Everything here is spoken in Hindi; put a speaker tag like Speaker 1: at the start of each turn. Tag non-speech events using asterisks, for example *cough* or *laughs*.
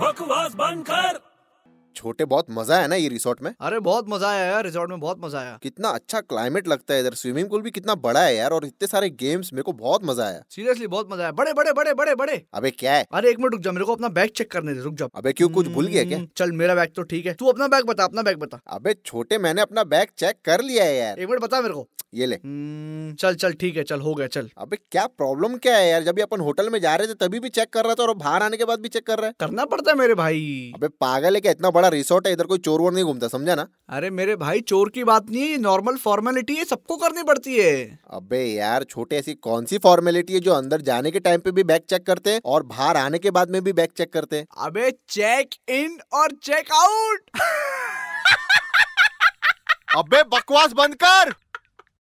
Speaker 1: बकवास बंद कर
Speaker 2: छोटे बहुत मजा है ना ये रिसोर्ट में
Speaker 3: अरे बहुत मजा आया यार रिजॉर्ट में बहुत मजा आया
Speaker 2: कितना अच्छा क्लाइमेट लगता है इधर स्विमिंग पूल भी कितना बड़ा है यार और इतने सारे गेम्स मेरे को बहुत मजा आया
Speaker 3: सीरियसली बहुत मजा आया बड़े बड़े बड़े बड़े बड़े
Speaker 2: अबे क्या है
Speaker 3: अरे एक मिनट रुक जा मेरे को अपना बैग चेक करने दे रुक जा
Speaker 2: अबे क्यों कुछ भूल गया क्या
Speaker 3: हम्म, चल मेरा बैग तो ठीक है तू अपना बैग बता अपना बैग बता
Speaker 2: अबे छोटे मैंने अपना बैग चेक कर लिया है यार
Speaker 3: एक मिनट बता मेरे को
Speaker 2: ये ले
Speaker 3: हम्म, चल चल ठीक है चल हो गया चल
Speaker 2: अबे क्या प्रॉब्लम क्या है यार जब ये अपन होटल में जा रहे थे तभी भी चेक कर रहा था और बाहर आने के बाद भी चेक कर रहा है
Speaker 3: करना पड़ता है मेरे भाई
Speaker 2: अबे पागल है क्या इतना बड़ा रिसोर्ट है इधर कोई चोर वोर नहीं घूमता समझा ना
Speaker 3: अरे मेरे भाई चोर की बात नहीं है ये नॉर्मल फॉर्मेलिटी है सबको करनी पड़ती है
Speaker 2: अबे यार छोटे ऐसी कौन सी फॉर्मेलिटी है जो अंदर जाने के टाइम पे भी बैग चेक करते हैं और बाहर आने के बाद में भी बैग चेक करते हैं
Speaker 3: अबे चेक इन और चेक आउट *laughs*
Speaker 2: अबे बकवास बंद कर